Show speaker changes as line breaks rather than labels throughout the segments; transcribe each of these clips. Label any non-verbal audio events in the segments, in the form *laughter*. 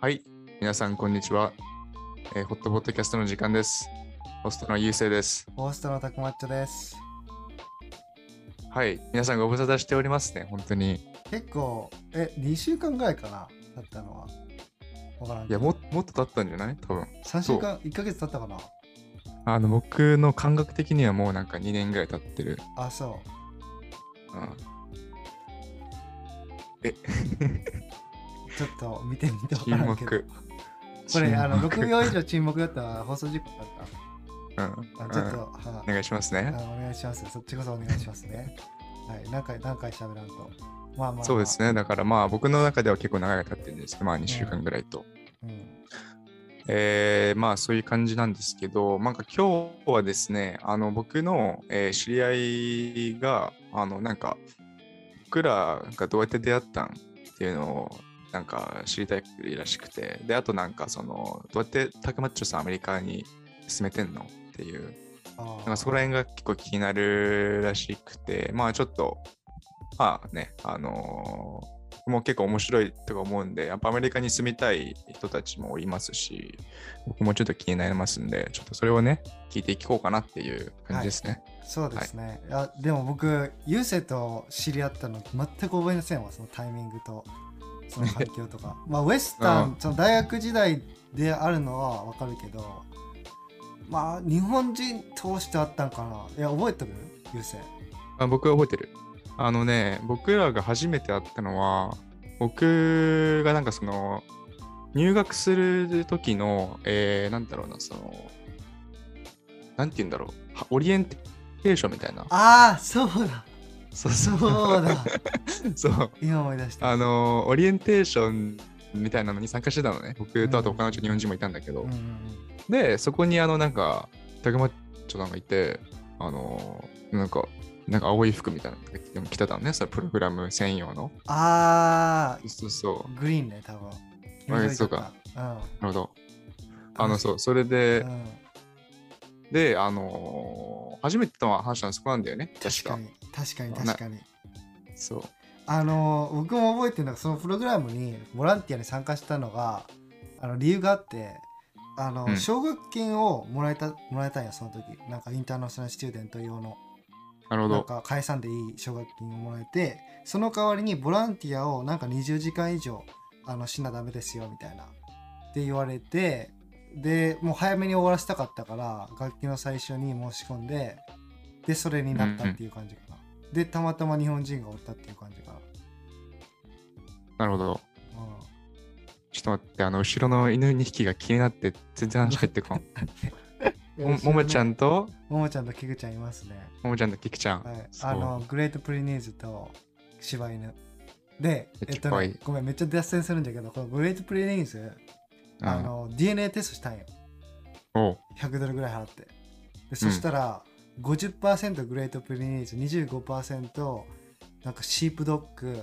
はい、皆さん、こんにちは。えーホットポッドキャストの時間です。ホストのゆうせいです。
ホストのたくまっちょです。
はい、皆さんご無沙汰しておりますね、本当に。
結構、え、2週間ぐらいかなだったのは。わからん
い
け
や、
ど。
ももっと経ったんじゃない多分。
3週間、1ヶ月経ったかな
あの、僕の感覚的にはもうなんか2年ぐらい経ってる。
あ、そ
うん、
う。ちょっと見てみてわか
沈
らんけど。
黙。
これ、あの、
沈
6
黙
秒以上沈黙だったら放送事故だっ
うん
た。あちょっ
う
と、
ん
は
お願いします
い、あ
ね。
のお願いします。そっちこそお願いしますね。はい、何回、何回喋らんと。まあまあ、まあ、
そうですね。だからまあ僕の中では結構長い経ってるんですけど、まあ2週間ぐらいと。
うん。
えーまあそういう感じなんですけど、なんか今日はですね、あの僕の、えー知り合いが、あのなんか僕らがどうやって出会ったんっていうのをなんか知りたいらしくて、で、あとなんかその、どうやってタクマッチョさんアメリカに進めてんのっていう
あ
なんかそこら辺が結構気になるらしくて、まあちょっと、まあね、あのーもう結構面白いとか思うんで、やっぱアメリカに住みたい人たちもいますし、僕もちょっと気になりますんで、ちょっとそれをね、聞いていこうかなっていう感じですね。
そうですね、あでも僕ゆうせいと知り合ったの全く覚えませんわそのタイミングとその環境と
*laughs*
かまあウエスタン、
う
その大学時代であるのはわかるけどまあ日本人通してあったんかないや覚えてるゆうせい
あ僕は覚えてる。あのね、僕らが初めて会ったのは、僕がなんかその、入学する時の、えー、なんだろうな、その、なんて言うんだろう、はオリエンテーションみたいな。
ああそうだ
そう
そ
*laughs*
うだ
そう。
今思い出した
あのーオリエンテーションみたいなのに参加してたのね。僕とあと他の人、日本人もいたんだけど。
うんうん
で、そこにあの、なんか、たくまっちょさんがいて、あのーなんか、なんか青い服みたいなの着て着てたのね、そのプログラム専用の。
うん、ああ
そうそ
グリーンね多分
あそうか
うん
う。なるほど。あの、そうう、それで
う、ん、
で、あのー初めての話したのそこなんだよね。確
確
か
か。に確かに確かに
そう。
あの僕も覚えてるのがそのプログラムにボランティアに参加したのがあの理由があってあの、
うん
奨学金をもらえたもらえたんやその時なんかインターナショナルスチューデント用の
なるほ
なん
ど。
か返さんでいい奨学金をもらえてその代わりにボランティアをなんか20時間以上あのしなダメですよみたいなって言われてでもう早めに終わらせたかったから楽器の最初に申し込んででそれになったっていう感じかな、でたまたま日本人がおったっていう感じかな、
なるほど。
うん
ちょっと待って、あの、後ろの犬2匹が気になって、全然話入って
*laughs*
こん。もももちゃ
ん。
んと、
ももちゃんとキグちゃんいますね。
ももちゃんとキクちゃん。
はい。
そう
あの、グレートプリニーズと柴犬。で、
めっちゃ
えっと
可愛
ね
い、
ごめん、めっちゃ脱線するんだけど、このグレートプリニーズ、
うん
あの、DNA テストしたんよ。
おう
100ドルぐらい払って。で、そしたら、50%グレートプリニーズ、25%なんかシープドッグ、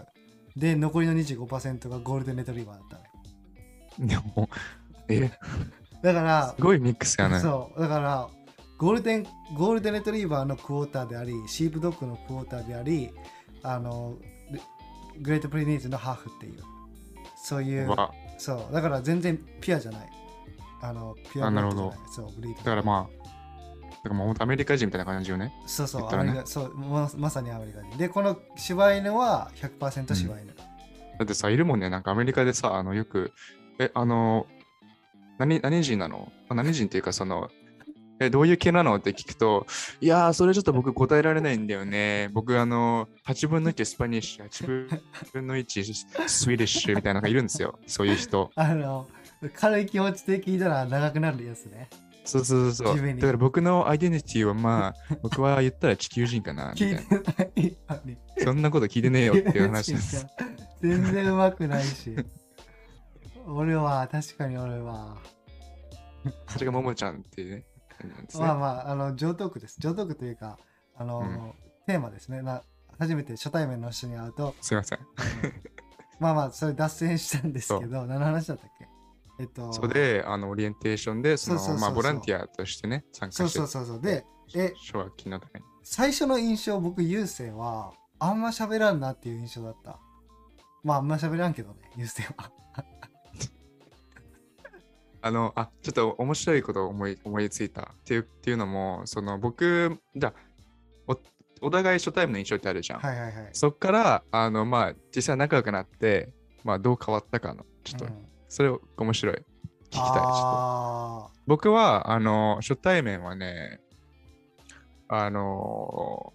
で、残りの25%がゴールデンレトリーバーだったね。
でも、え、す
だから、
ごいミックスやね。
そうだからゴールデンゴールデンレトリーバーのクォーターでありシープドッグのクォーターでありあのレグレートプリニーズのハーフっていうそういう
わだ
そうだから全然ピュアじゃないあのピュア
あ
ブ
な
リ
る
ー
ほど
ドじゃないそうブリードだ
からまあ、だからもうほんとアメリカ人みたいな感じよね。
あそうそう
言っ
ア
たら
メ
ね
リカそうままさにアメリカ人でこの柴犬は100%柴犬、
だってさ、いるもんね、なんかアメリカでさ、あの、よく、え、あの、何、何人なのあ何人っていうか、その、え、どういう系なのって聞くと、いやー、それちょっと僕答えられないんだよね。僕、あの、8分の1スパニッシュ、8分の1スウィディッシュみたいなのがいるんですよ。そういう人。
あの軽い気持ちで聞いたら長くなるやつね
そうそうそうそ
地
う。
味に
だから僕のアイデンティティはま
*laughs*
あ、僕は言ったら地球人かなみたい
聞い
な。
てない *laughs* のに
そんなこと聞いてねえよっていう話
*laughs*
です。
全然うまくないし。俺は、確かに俺は。
それがももちゃんっていうね。感じなんですね
まあまあ、あの、上等句です。上等句というか、あの、
うん
テーマですね。な初めて初対面の人に会うと、
すいません。
あのまあまあ、それ脱線したんですけど、何の話だったっけえっと、
それで、あの、オリエンテーションで、その、
そうそうそうそう
まあ、ボランティアとしてね、参
そ
加
う
して
そうそうそう。で、え
奨学金のために。
最初の印象僕優勢はあんま喋らんなっていう印象だったまああんま喋らんけどね優勢は
あの、あ、ちょっと面白いことを思い思いついたっていうっていうのも、その僕、じゃあお、お互い初対面の印象ってあるじゃん。
はいはいはい
そっから、あの、まあ、実際仲良くなって、まあ、どう変わったかの、ちょっと、
うん
それを面白い。聞きたい。ちょっと
あ
僕は、あの、初対面はね、あの、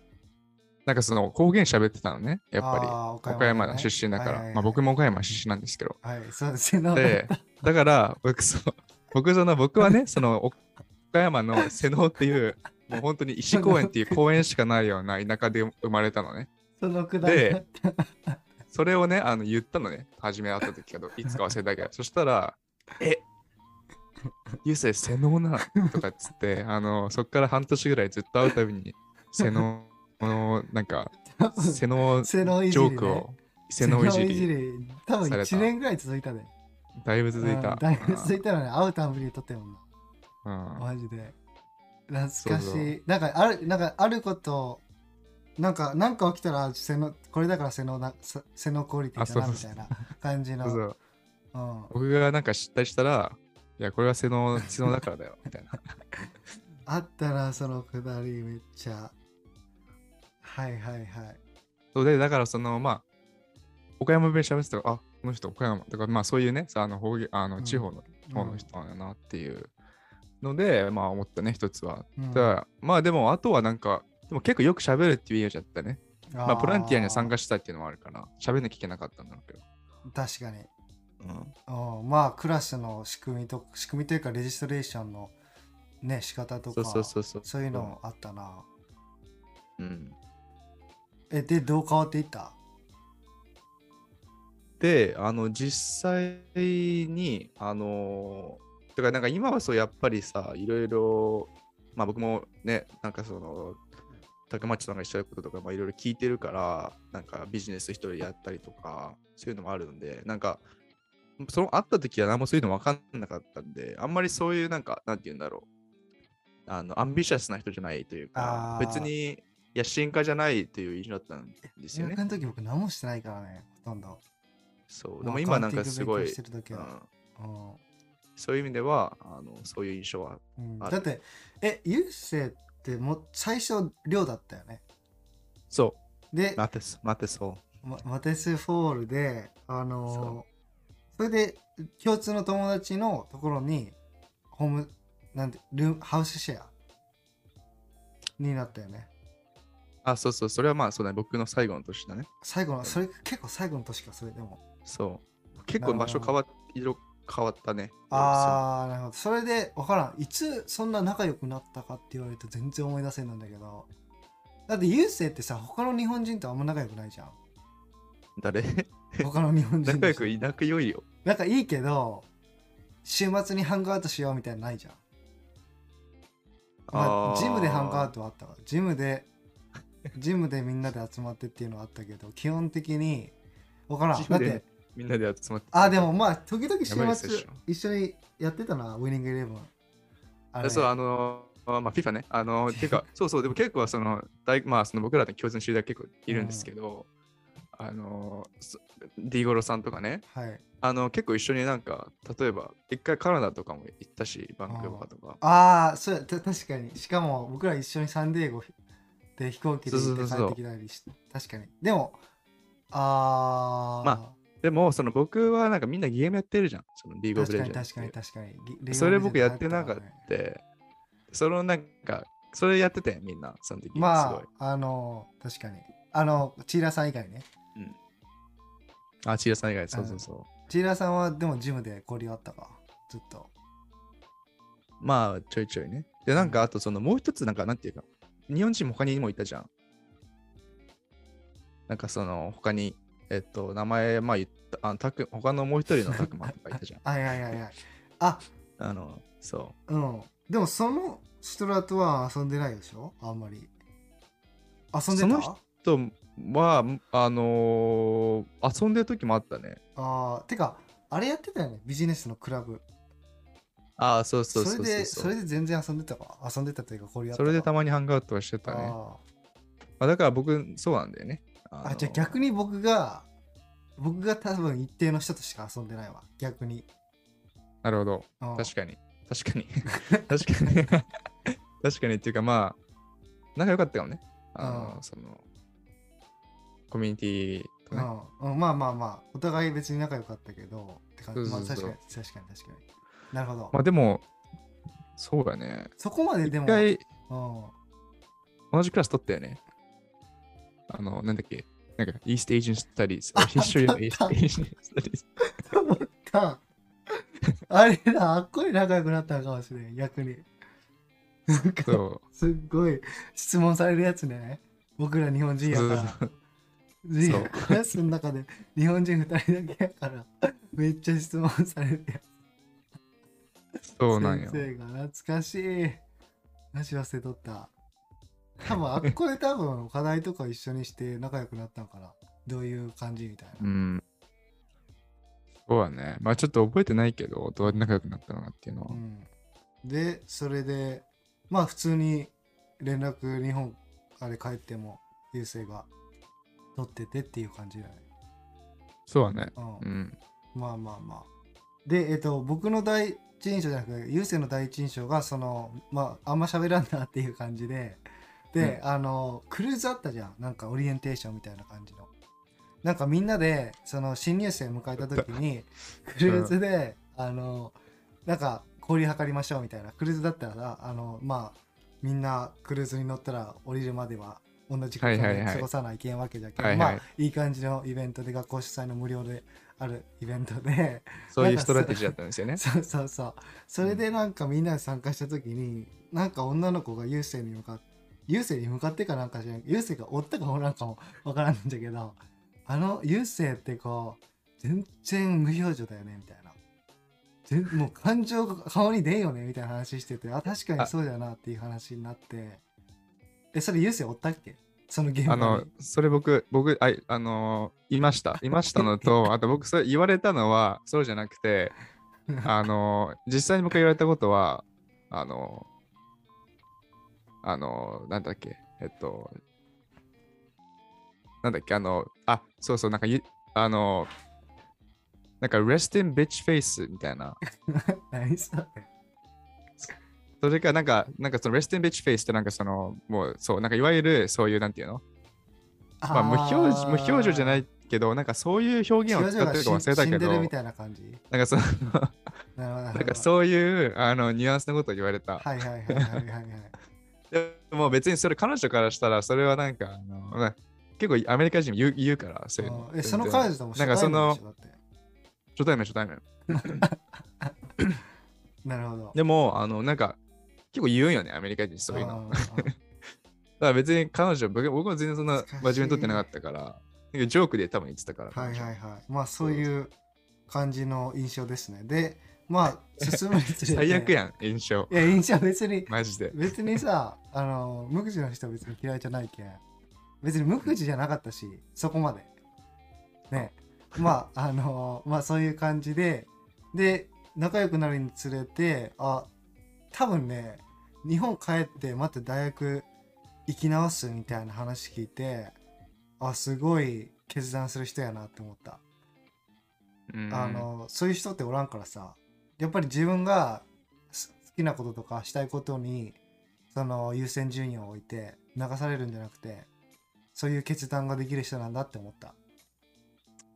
なんかその方言喋ってたのね、
ー
やっぱり。
あー
岡山の
ね
出身だから、
はいはいはい
まあ、僕も岡山出身なんですけど、
*laughs* はいそうですね
で、だから僕そう僕その僕はね、そのお岡山の瀬能っていう、もう本当に石公園っていう公園しかないような田舎で生まれたのね。
そのくだりだった
それをね、あの言ったのね、初め会った時けど、いつか忘れたけど、そしたら、えゆうせい、瀬能なとかっつって、あのそっから半年ぐらいずっと会うたびに、瀬能の、なんか、瀬
*laughs*
能ジ
背のいじり、
ョ
ね、
ークを、瀬能いじ
背のいじ
り、
り多分
された
1年ぐらい続いたね
だいぶ続い
うん
た。
だいぶ続いたのね会うたんぶりに撮ってるもんな
うん
マジで懐かしい
そうそう
なんかあるなんかあることなんかなんか起きたら背のこれだから背のなせ背のクオリティだ
あ
な
そう
み
そ
た
う
いな感じ
そ
の
う
う
そう。
ん、
僕がなんか失態したら、いや、これは瀬能、瀬能だからだよ、みたい
*laughs*
な。
あったらそのくだりめっちゃはいはいはい
そうで、だからその、まあ、岡山弁喋ってたら、あ、この人岡山。とか、まあそういうね、さあの方言、あ
う
の
ん
地方の
う
方
ん
の人なんだなっていうので、まあ思ったね、一つは。
うん
ただまあでも、あとはなんか、でも結構よく喋るっていうイメージだったね。まあボランティアには参加
し
したっていうのもあるから、喋んなきゃいけなかったんだろうけど。
確かに、
うん、
うん、まあクラスの仕組みと仕組みというかレジストレーションのね仕方と
そ
か
うそうそうそう。
そういうのあったな
うん、
えでどう変わっていった
であの実際にあのだからなんか今はそうやっぱりさいろいろまあ僕もねなんかその高町さんが一緒ることとかまあいろいろ聞いてるからなんかビジネス一人でやったりとかそういうのもあるんでなんかその会った時は何もそういうの分かんなかったんであんまりそういうなんかなんて言うんだろうあのアンビシャスな人じゃないというか
あー
別に野心家じゃないという印象だったんですよ
入
ね
学。の時僕何もしてないからねほとんど
そうでも今なんかすご
ア
い
カウンティング勉強してるだけ
うん
だ、うん
そういう意味では、あのそういう印象は。
うん
ある
だってえゆうせいってもう最初寮だったよね
そ
で
う、、マテス、マテソ
まマテスフォールであのーそれで共通の友達のところにホームなんてルームハウスシェアになったよね
あ、そうそう、それはまあ、そうだね、僕の最後の年だね。
最後のそれ結構最後の年かそれでも
そう。結構場所変わっ、色変わったね。
ああなるほどそれで分からんいつそんな仲良くなったかって言われると全然思い出せないんだけどだってゆうせいってさ他の日本人とあんま仲良くないじゃん
そう誰
他の日本人と
*laughs* 仲良くいなくよいよ。
なんかいいけど週末にハングアウトしようみたいなのないじゃん、まあ、
ー
ジムでハングアウトはあったわジムでジムでみんなで集まってっていうのはあったけど基本的に分からん
ジ
だ
ム
っ
で
て
みんなで集まって。
あーでもまあ時々週
やばいっすで
末
しょ
一緒にやってたなウィニングイレブンあ
あ、そう、あのー、まあ、FIFA ね。あ
*laughs*
のー、ていうか、そうそう、でも結構、その、大まあ、その僕らの共通の知り合い結構いるんですけど、あのー、そ D ゴロさんとかね、
はい
あの結構一緒になんか例えば一回カナダとかも行ったしバンクーバーとか
ああそうやた確かにしかも僕ら一緒にサンディエゴで飛行機で行って
そ
帰
うそうそうそう
ってきたりし確かにでもああ
までもその僕はなんかみんなゲームやってるじゃんそのリーグオブ
確
レ
か
ジェ
に
ンド
確かに
って
確かにリ
それ僕やってなかっ
リーグオブレジェンド入たわね
た、そのなんかそれやってたよみんなその時すごい、
まああの確かにあのチーラさん以外ね
あ、あチーラさん以外そうそうそう、
チーラさんはでもジムで交流あったかずっと
まあちょいちょいねでなんかあとそのもう一つなんかなんていうか日本人も他にもいたじゃんなんかその他にえっと名前まあ言ったあたく他のもう一人のたくまとかいた
*laughs*
じゃん
あいやいやいやあ
あのそう
うんでもその人らとは遊んでないでしょあんまり遊んで
そ
た
の人とは、あのー遊んでる時もあったね。
ああてかあれやってたよねビジネスのクラブ
ああ、そうそうそう
それ
そう
で
そ
そうれで全然遊んでたか遊んでたというか交流あった
そ
か
れでたまにハングアウトはしてたね。
あー
まあ、だから僕、そうなんだよね。
あじゃあ
の
逆に僕が僕が多分一定の人としか遊んでないわ逆に、
なるほど。
うん
確かに。確
*laughs*
かに。確かに。確かにっていうかまあ、仲良かったよね。あの、
うん
その、コミュニティとね。
うんうん、まあまあまあお互い別に仲良かったけどって感じ
そ
まあ
うそう
確
そ
か
う
に確かに確かになるほど、
まあでも、そうだね。
そこまでで
一
も、
回、
うん、
同じクラス取ったよね。あの、なんだっけ。なんか、East Asian Studies。History of
あ
East
ったあった
Asian
*laughs*
Studies。
思った *laughs* あれだあっこい仲良くなったのかもしれん逆になんか
そ
すっごい質問されるやつね僕ら日本人
う。
や
そう
からいやクラスの中で日本人2人だけやからめっちゃ質問されて
そうなんよ。
先生が懐かしいマジ忘れとった多分あっこで多分課題とか一緒にして仲良くなったのかなどういう感じみたいな、
うん。そうだね。まあちょっと覚えてないけど、どうやって仲良くなったのかっていうのは。
うんでそれでまあ普通に連絡日本あれ帰っても優勢が取っててっていう感じだね、
そうだね。
うん
うん。
まあまあまあ。で、えっと、僕の第一印象じゃなくて、優勢の第一印象が、その、まあ、あんま喋らんなっていう感じで、で、あの、クルーズあったじゃん。なんか、オリエンテーションみたいな感じの。なんか、みんなで、その、新入生迎えた時に、クルーズで、あの、なんか、交流図りましょうみたいな。クルーズだったらさ、あの、まあ、みんなクルーズに乗ったら降りるまでは同じ時間
はいはい
で
はい
過ごさないけんわけじゃけど、
はいはい
まあいい感じのイベントで学校主催の無料であるイベントで
そういうストラテジーだったんですよね。
そうそうそうそれでなんかみんなで参加した時になんか女の子が優勢に向かって優勢に向かってかなんかじゃない優勢がおったかおらんかもわからんんだけどあの優勢ってこう全然無表情だよねみたいな全もう感情が顔に出んよねみたいな話しててあ確かにそうだなっていう話になってえそれ優勢おったっけそのゲー
あ
ム
の、それ僕、僕、あい、あのーいました。いましたのと、あと僕、それ言われたのは、そうじゃなくて、あのー実際に僕が言われたことは、あのーあのーなんだっけ、えっと、なんだっけ、あのあ、そうそう、なんかゆ、あのーなんか、rest in bitch face みたいな。
*laughs* 何それ
それか、なんか、なんかその rest in bitch face って、なんかその、もう、そう、なんかいわゆる、そういう、なんていうのまあ、無表情無表情じゃないいけど、なんかそういう表現を使ってるか忘れたけ
死んでる
ど、
みたいな感じ
なんかその
なるほどな
なん
る
か
ほど
そういうあのニュアンスのことを言われた。
はいはいはいはいはいはい
でも別にそれ彼女からしたらそれはなんかあのな結構アメリカ人も言う言うから、そういうの
う。んえその
全然
彼女とも
なんかその
初対面でしょだって
初対面初対面。
なるほど
でも、あのなんか結構言うんよね、アメリカ人そういうの。
んんん
だから別に彼女、僕僕も全然そんな真面目に取ってなかったから、なんかジョークで多分言ってたから。
はい
彼女
はいはいまあそういう感じの印象ですねでまあ進むにつれて
最悪やん、印象。
いや印象別に
マジで。
別にさあの無口の人は別に嫌いじゃないけん別に無口じゃなかったしそこまでねまああのまあそういう感じでで仲良くなるにつれてあ多分ね日本帰ってまた大学行き直すみたいな話聞いてあすごい決断する人やなって思った
うん
あのそういう人っておらんからさやっぱり自分がす好きなこととかしたいことにその優先順位を置いて流されるんじゃなくてそういう決断ができる人なんだって思った。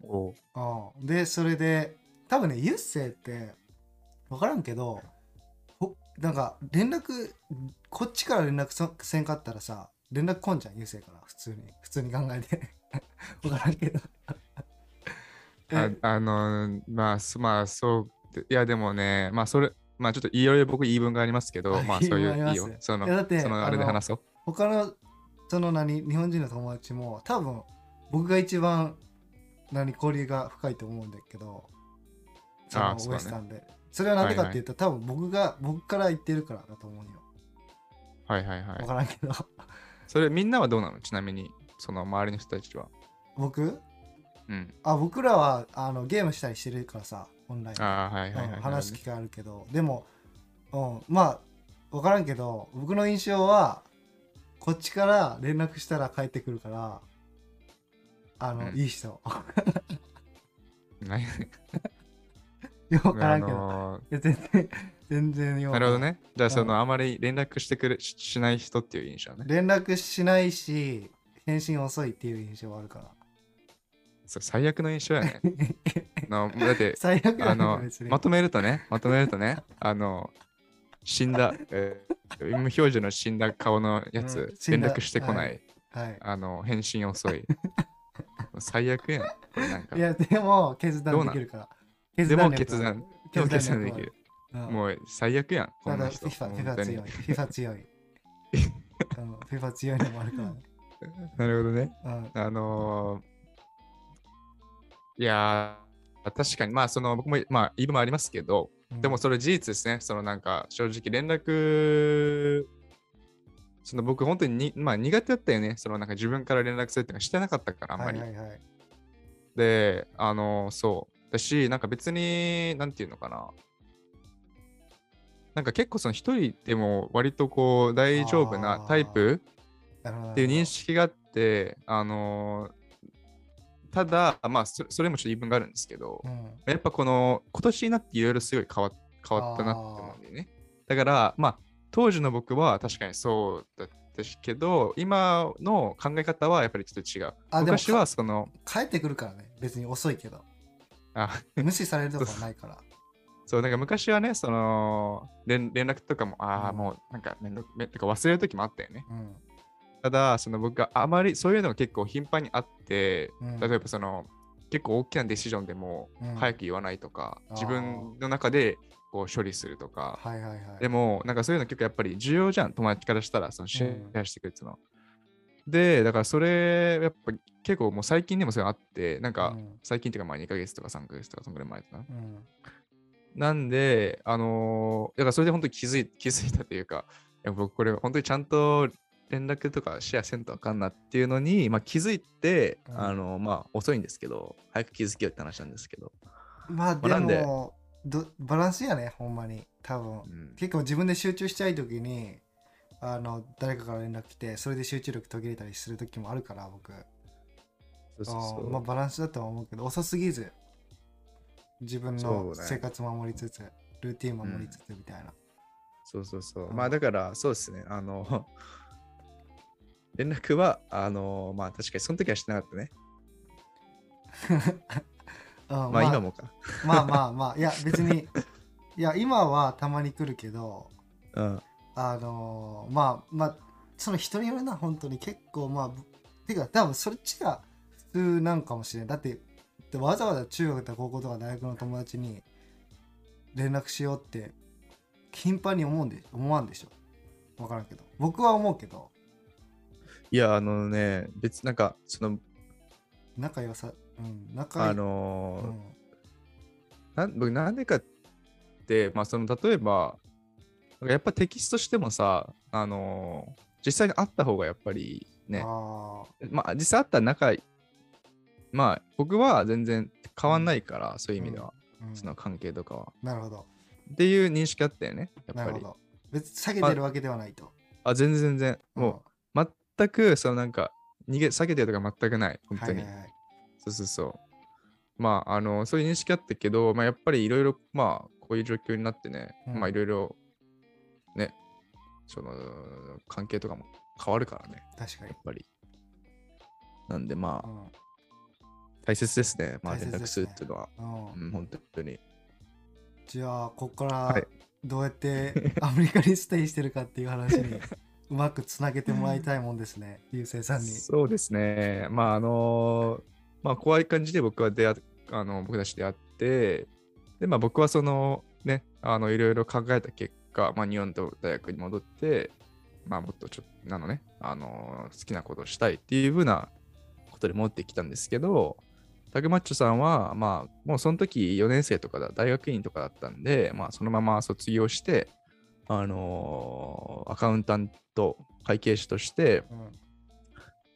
おう
うん、でそれで多分ねユッセイって分からんけどほなんか連絡こっちから連絡そせんかったらさ連絡来んじゃんユッセイから普通に普通に考えて *laughs* 分からんけど
あ
*laughs* え
あのーまあそまあそうでいやでもねまあそれまあちょっといろいろ僕言い分がありますけど
あ
まあそうい
言い分あ
ういい
ります
よその
いやだって
そのあれで話そう
他のその何日本人の友達も多分僕が一番何交流が深いと思うんだけどその
あそうだね
ウエスタンでそ,、れは何でかって言ったら、多分僕が僕から言ってるからだと思うよ
はいはいは
分
い
からんけど *laughs*
それみんなはどうなのちなみにその周りの人たちは
僕
うん
あ僕らはあのゲームしたりしてるからさオンラインで
ああはいはいはい、
うん話す機会あるけどでもうん、まあ分からんけど僕の印象はこっちから連絡したら帰ってくるからあの、
うん
いい人よ
ない
く分からんけ
あ
ど、
の
いや全然 *laughs* 全然よ
ー
く
なるほどね。じゃあ、
うん
その、あまり連絡してくれししない人っていう印象ね。
連絡しないし返信遅いっていう印象はあるから
そう最悪の印象や
*laughs*
ね。のだって、
最悪だ
あ
ね
の
別に、
まとめるとね、まとめるとね、あの、死んだ、えー、無表情の死んだ顔のや
うん
つ、
死ん
連
だ
絡してこない、
はいはい
あの、返信遅
*laughs*
い。最悪やん。これなんか
いやでも決
ど
断
う
で
なん
きるから
でも
力
決
はある
断、でも決断で
力はあ
きる
る。うん
もう最悪やん、こ
た
んな
だ
人。
FIFA、
本
FIFA
当に
強い。FIFA 強い。あの
*laughs*
FIFA 強いのもあるからね。
なるほどね。
うん
あのーいやー、確かに、まあ、その、僕も、まあ、言い分もありますけど、でも、それ事実ですね。そのなんか正直連絡、その僕本当にに、まあ、苦手だったよね。そのなんか自分から連絡するっていうのはしてなかったからあんまり。
はいはいはい。
で、あの、そう。だし、なんか別に、なんていうのかな。なんか結構その一人でも割とこう大丈夫なタイプ
なるほど
っていう認。識があって、あの、ただ、まあそそれもちょっと言い分があるんですけど、
なるほ
やっぱこの今年になっていろいろすごい変わ変わったなって思うんだよね。だからまあ当時の僕は確かにそうだったしけど今の考え方はやっぱりちょっと違う。
あでも
昔はその
ど帰ってくるからね。別に遅いけど。
あ
無視されるとかはないから。
*laughs* そうなんか昔はねその連連絡とかもああ
うん
もうなんかめんどめとか忘れる時もあったよね。
うん。
ただその僕があまりそういうのが結構頻繁にあって
うん
例えばその結構大きなディシジョンでも
うん
早く言わないとか
あー
自分の中でこう処理するとか。
はいはいはい。
でも、なんかそういうの結構やっぱり重要じゃん、友達からしたら、そのシェアしてくれての。で、だからそれ、やっぱ結構もう最近でもそういうのあって、なんか
うん
最近っていうかまあ2ヶ月とか3ヶ月とかそのぐらい前かな。
うん。
なんで、あのーだからそれで本当に気づい気づいたというか、いや僕これ本当にちゃんと連絡とかシェアせんとあかんなっていうのに、まあ、気づいて、
うん
あのーまあ遅いんですけど、早く気づけよって話なんですけど。
まあ
まあなんで
でも、どバランスやね、ほんまに。多分
う。ん、
結構自分で集中したい時に、あの誰かから連絡来てそれで集中力途切れたりする時もあるから僕
そうそうそ
あー
う
まあ、バランスだとは思うけど遅すぎず自分の
そうね
生活守りつつ、ルーティン守りつつみたいな、
そうそうそうう。
ん
まあだから、そうですね。あの、 *laughs* 連絡は、あの、まあ確かにその時はしてなかったね。
うん
まあ今もか。
まあまあまあいや別にいや今はたまに来るけど
うん。
あのーまあまあその人によるな本当に結構まあぶてか多分そっちが普通なんかもしれんだってでわざわざ中学とか高校とか大学の友達に連絡しようって頻繁に思うんで思わんでしょ分からんけど僕は思うけど
いや、あのね、別なんか、その、
仲良さうん仲良
あ
い
の
う
ー、
ん
なん僕なんでかって、まあその、例えば、なんかやっぱテキストしてもさ、あのー、実際に会った方がやっぱりね、
あ
まあ実際会ったら仲いい、まあ僕は全然変わんないから、そういう意味では、
ー、うん
その関係とかは。
なるほど
っていう認識あったよね、や
な
っぱ
るほ
り。
ど別に下げてるわけではないと、
あ、全然全然。もう、全く、そのなんか、逃げ、避けてるとか全くない、
うん
本当に。
はいはいはい
そうそうそう。まあ、あの、そういう認識あったけど、まあ、やっぱりいろいろ、まあ、こういう状況になってね、
うん
まあ、いろいろ、ね、その、関係とかも変わるからね、
確かに
やっ、ぱり。なんで、ま
う
あ、
ん
大切ですね。まあ、
大切
連
ですね
絡するっていうのは、
うん
うん、本当に。
じゃあここか
は
ら
い
どうやってアメリカにステイしてるかっていう話
*laughs*
にうまくつなげてもらいたいもんですね、ゆうせいさんに。
そうですね。まあ、あのまあ、怖い感じで僕は出会っあの僕たち出会って、で、まあ、僕はその、ね、あの、いろいろ考えた結果、まあ、日本と大学に戻って、まあ、もっとちょっと、なのね、あの好きなことをしたいっていうふうなことで持ってきたんですけど、タグマッチョさんは、まあ、もうその時4年生とかだ、大学院とかだったんで、まあ、そのまま卒業して、あのアカウンタント、会計士として、
うん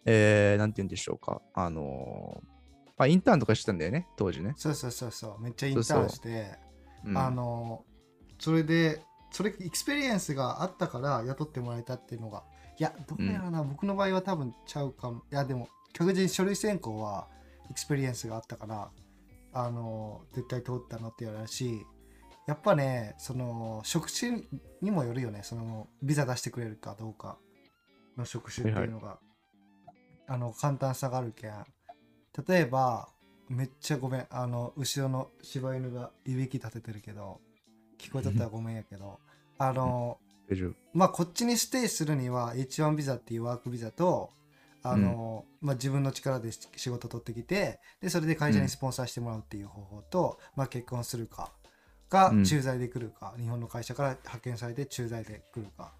えー、なんて言うんでしょうか、あのーまあ、インターンとかしてたんだよね、当時ね。
そうそうそうそうめっちゃインターンして
うん
あのそれでそれエクスペリエンスがあったから雇ってもらえたっていうのがいやどうやらな、僕の場合は多分ちゃうかもいやでも確実に書類選考はエクスペリエンスがあったからあの絶対通ったなって言われるしやっぱねその職種にもよるよねそのビザ出してくれるかどうかの職種っていうのが、あの簡単さがあるけん例えばめっちゃごめんあの後ろの柴犬がいびき立ててるけど聞こえとったらごめんやけどあの
大丈夫。
まあこっちにステイするには H1 ビザっていうワークビザとあの、まあ、自分の力で仕仕事取ってきてでそれで会社にスポンサーしてもらうっていう方法と、まあ、結婚するかが
うん
駐在で来るか、日本の会社から派遣されて駐在で来るか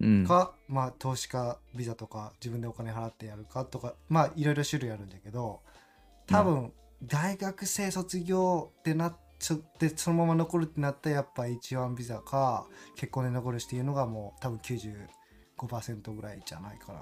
うん。
か、まあ、投資家ビザとか自分でお金払ってやるかとかまあいろいろ種類あるんだけど多分大学生卒業ってなっちょってそのまま残るってなったらやっぱ H1 ビザか結婚で残るしっていうのがもう多分95%ぐらいじゃないかな。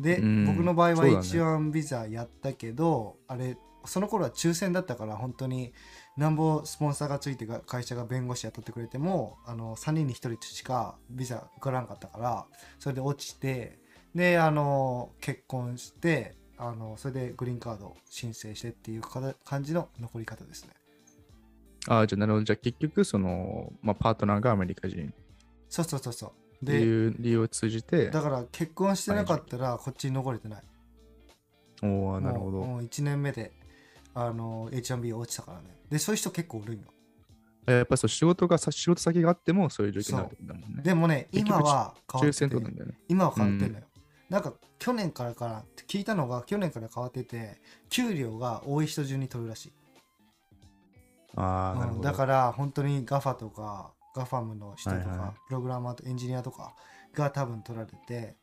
で、
うん
僕の場合は
そうだね
H1 ビザやったけど、あれその頃は抽選だったから本当になんぼスポンサーがついてが会社が弁護士雇ってくれてもあの3人に1人しかビザ受からんかったからそれで落ちてであの結婚してあのそれでグリーンカード申請してっていうかた感じの残り方ですね
ああ、じゃあなるほど。じゃあ結局、その、まあ、パートナーがアメリカ人
そうそうそうそう
って
で
いう理由を通じて、
だから結婚してなかったらこっちに残れてない
おお、なるほ
もう
ど。
もう1年目であの H1B 落ちたからねでそういう人結構おるんよ
えやっぱりそう仕事がさ、仕事先があってもそういう状況になるってことだもんね。
でもね
結局
今は変わ
抽
って
選って
て
ことなんだよね。
今は変わってんのよ、なんか去年からかなって聞いたのが去年から変わってて給料が多い人順に取るらしい
ああ、なる
う
ほ
ん、
ど。
だから本当に GAFA とか GAFAM の人とか、
はいはい
プログラマーとエンジニアとかが多分取られて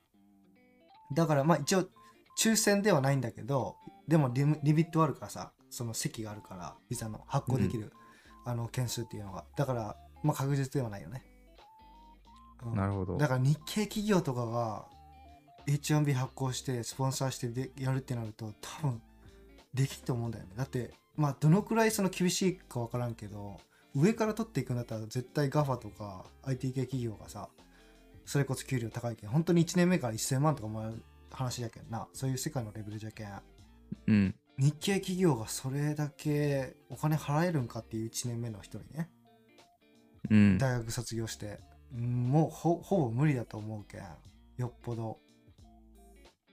だからまあ一応抽選ではないんだけどでもリミリミットあるからさその席があるからビザの発行できる、あの件数っていうのがだからまあ確実ではないよね、うん
なるほど。
だから日系企業とかが H1B 発行してスポンサーしてでやるってなると多分できると思うんだよねだってまあどのくらいその厳しいか分からんけど上から取っていくんだったら絶対 GAFA とか IT 系企業がさそれこそ給料高いけん本当に1年目から1000万とかもらう話だけんなそういう世界のレベルじゃけん
うん。
日系企業がそれだけお金払えるんかっていう1年目の人にね
うん。
大学卒業してうんもうほほぼ無理だと思うけんよっぽど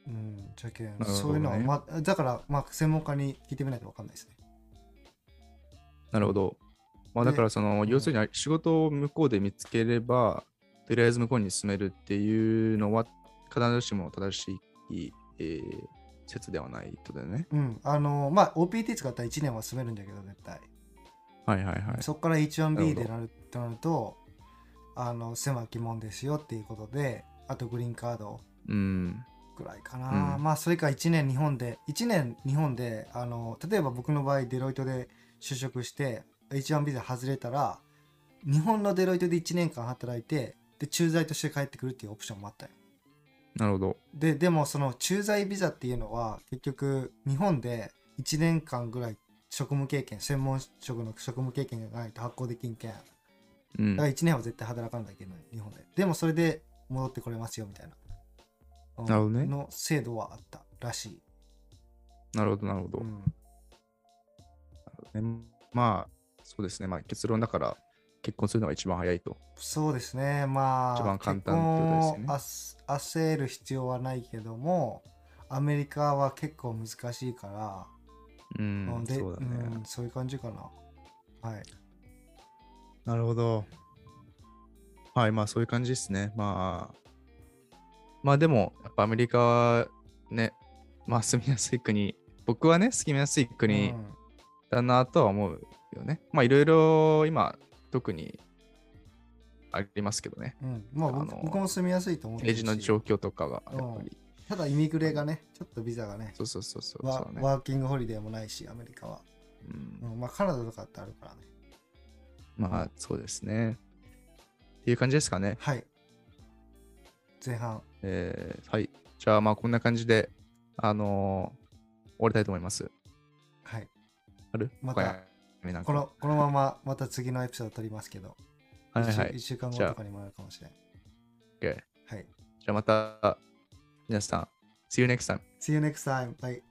うんじゃけん、
るほどね
そういうのは、ま、だからまあ専門家に聞いてみないと分かんないですね
なるほど。まあ、
で
だからその、
ん
要するに仕事を向こうで見つければ、とりあえず向こうに進めるっていうのは、必ずしも正しい、えー説ではないってことだよね。
うんあのまあ OPT 使ったら1年は住めるんだけど絶対
はいはいはい。
そこから
なる
H1B
ほど
でなるとなるとあの狭き門ですよっていうことであとグリーンカード
うん。
ぐらいかな、
うん
まあそれか1年日本で1年日本であの例えば僕の場合デロイトで就職して H1 ビザ外れたら日本のデロイトで1年間働いてで駐在として帰ってくるっていうオプションもあったよ
なるほど。
ででもその駐在ビザっていうのは結局日本で1年間ぐらい職務経験専門職の職務経験がないと発行できんけんだ
うん
か。ら1年は絶対働かなきゃいけない日本ででもそれで戻ってこれますよみたいな、うん
なるほどね
の制度はあったらしい
なるほど、なるほど。
うん
ねまあ、そうですね。まあ、結論だから、結婚するのが一番早いと。
そうですねまあ
一番簡単ってことですよね
結婚をあす焦る必要はないけどもアメリカは結構難しいから、
う
うん
ん、
で
そうだね。
うんそういう感じかなはい
なるほど。はい、まあそういう感じですね。まあ、まあでも、やっぱアメリカはね、まあ住みやすい国、僕はね、住みやすい国
うん
だなとは思うよね。まあいろいろ今、特にありますけどね。
うんまあ僕
あの
僕も住みやすいと思ってる
政
し
治の状況とかはやっぱり、
ただイミグレがねちょっとビザがね
そうそうそうそう
ワ
そうね、
ワーキングホリデーもないしアメリカは、
うん
うんまあカナダとかってあるからね
まあそうですね。っていう感じですかね。
はい前半
えーはい。じゃあまあこんな感じで、あのー終わりたいと思います。
はい
ある
また
他になんか
このこのまままた次のエピソード撮りますけど一
はいは
週
い。
一週間後
じゃあ
とかにもやるかもしれない。
OK じ
はい。
ゃあまた、皆さん、See you next time.
See you next time. Bye.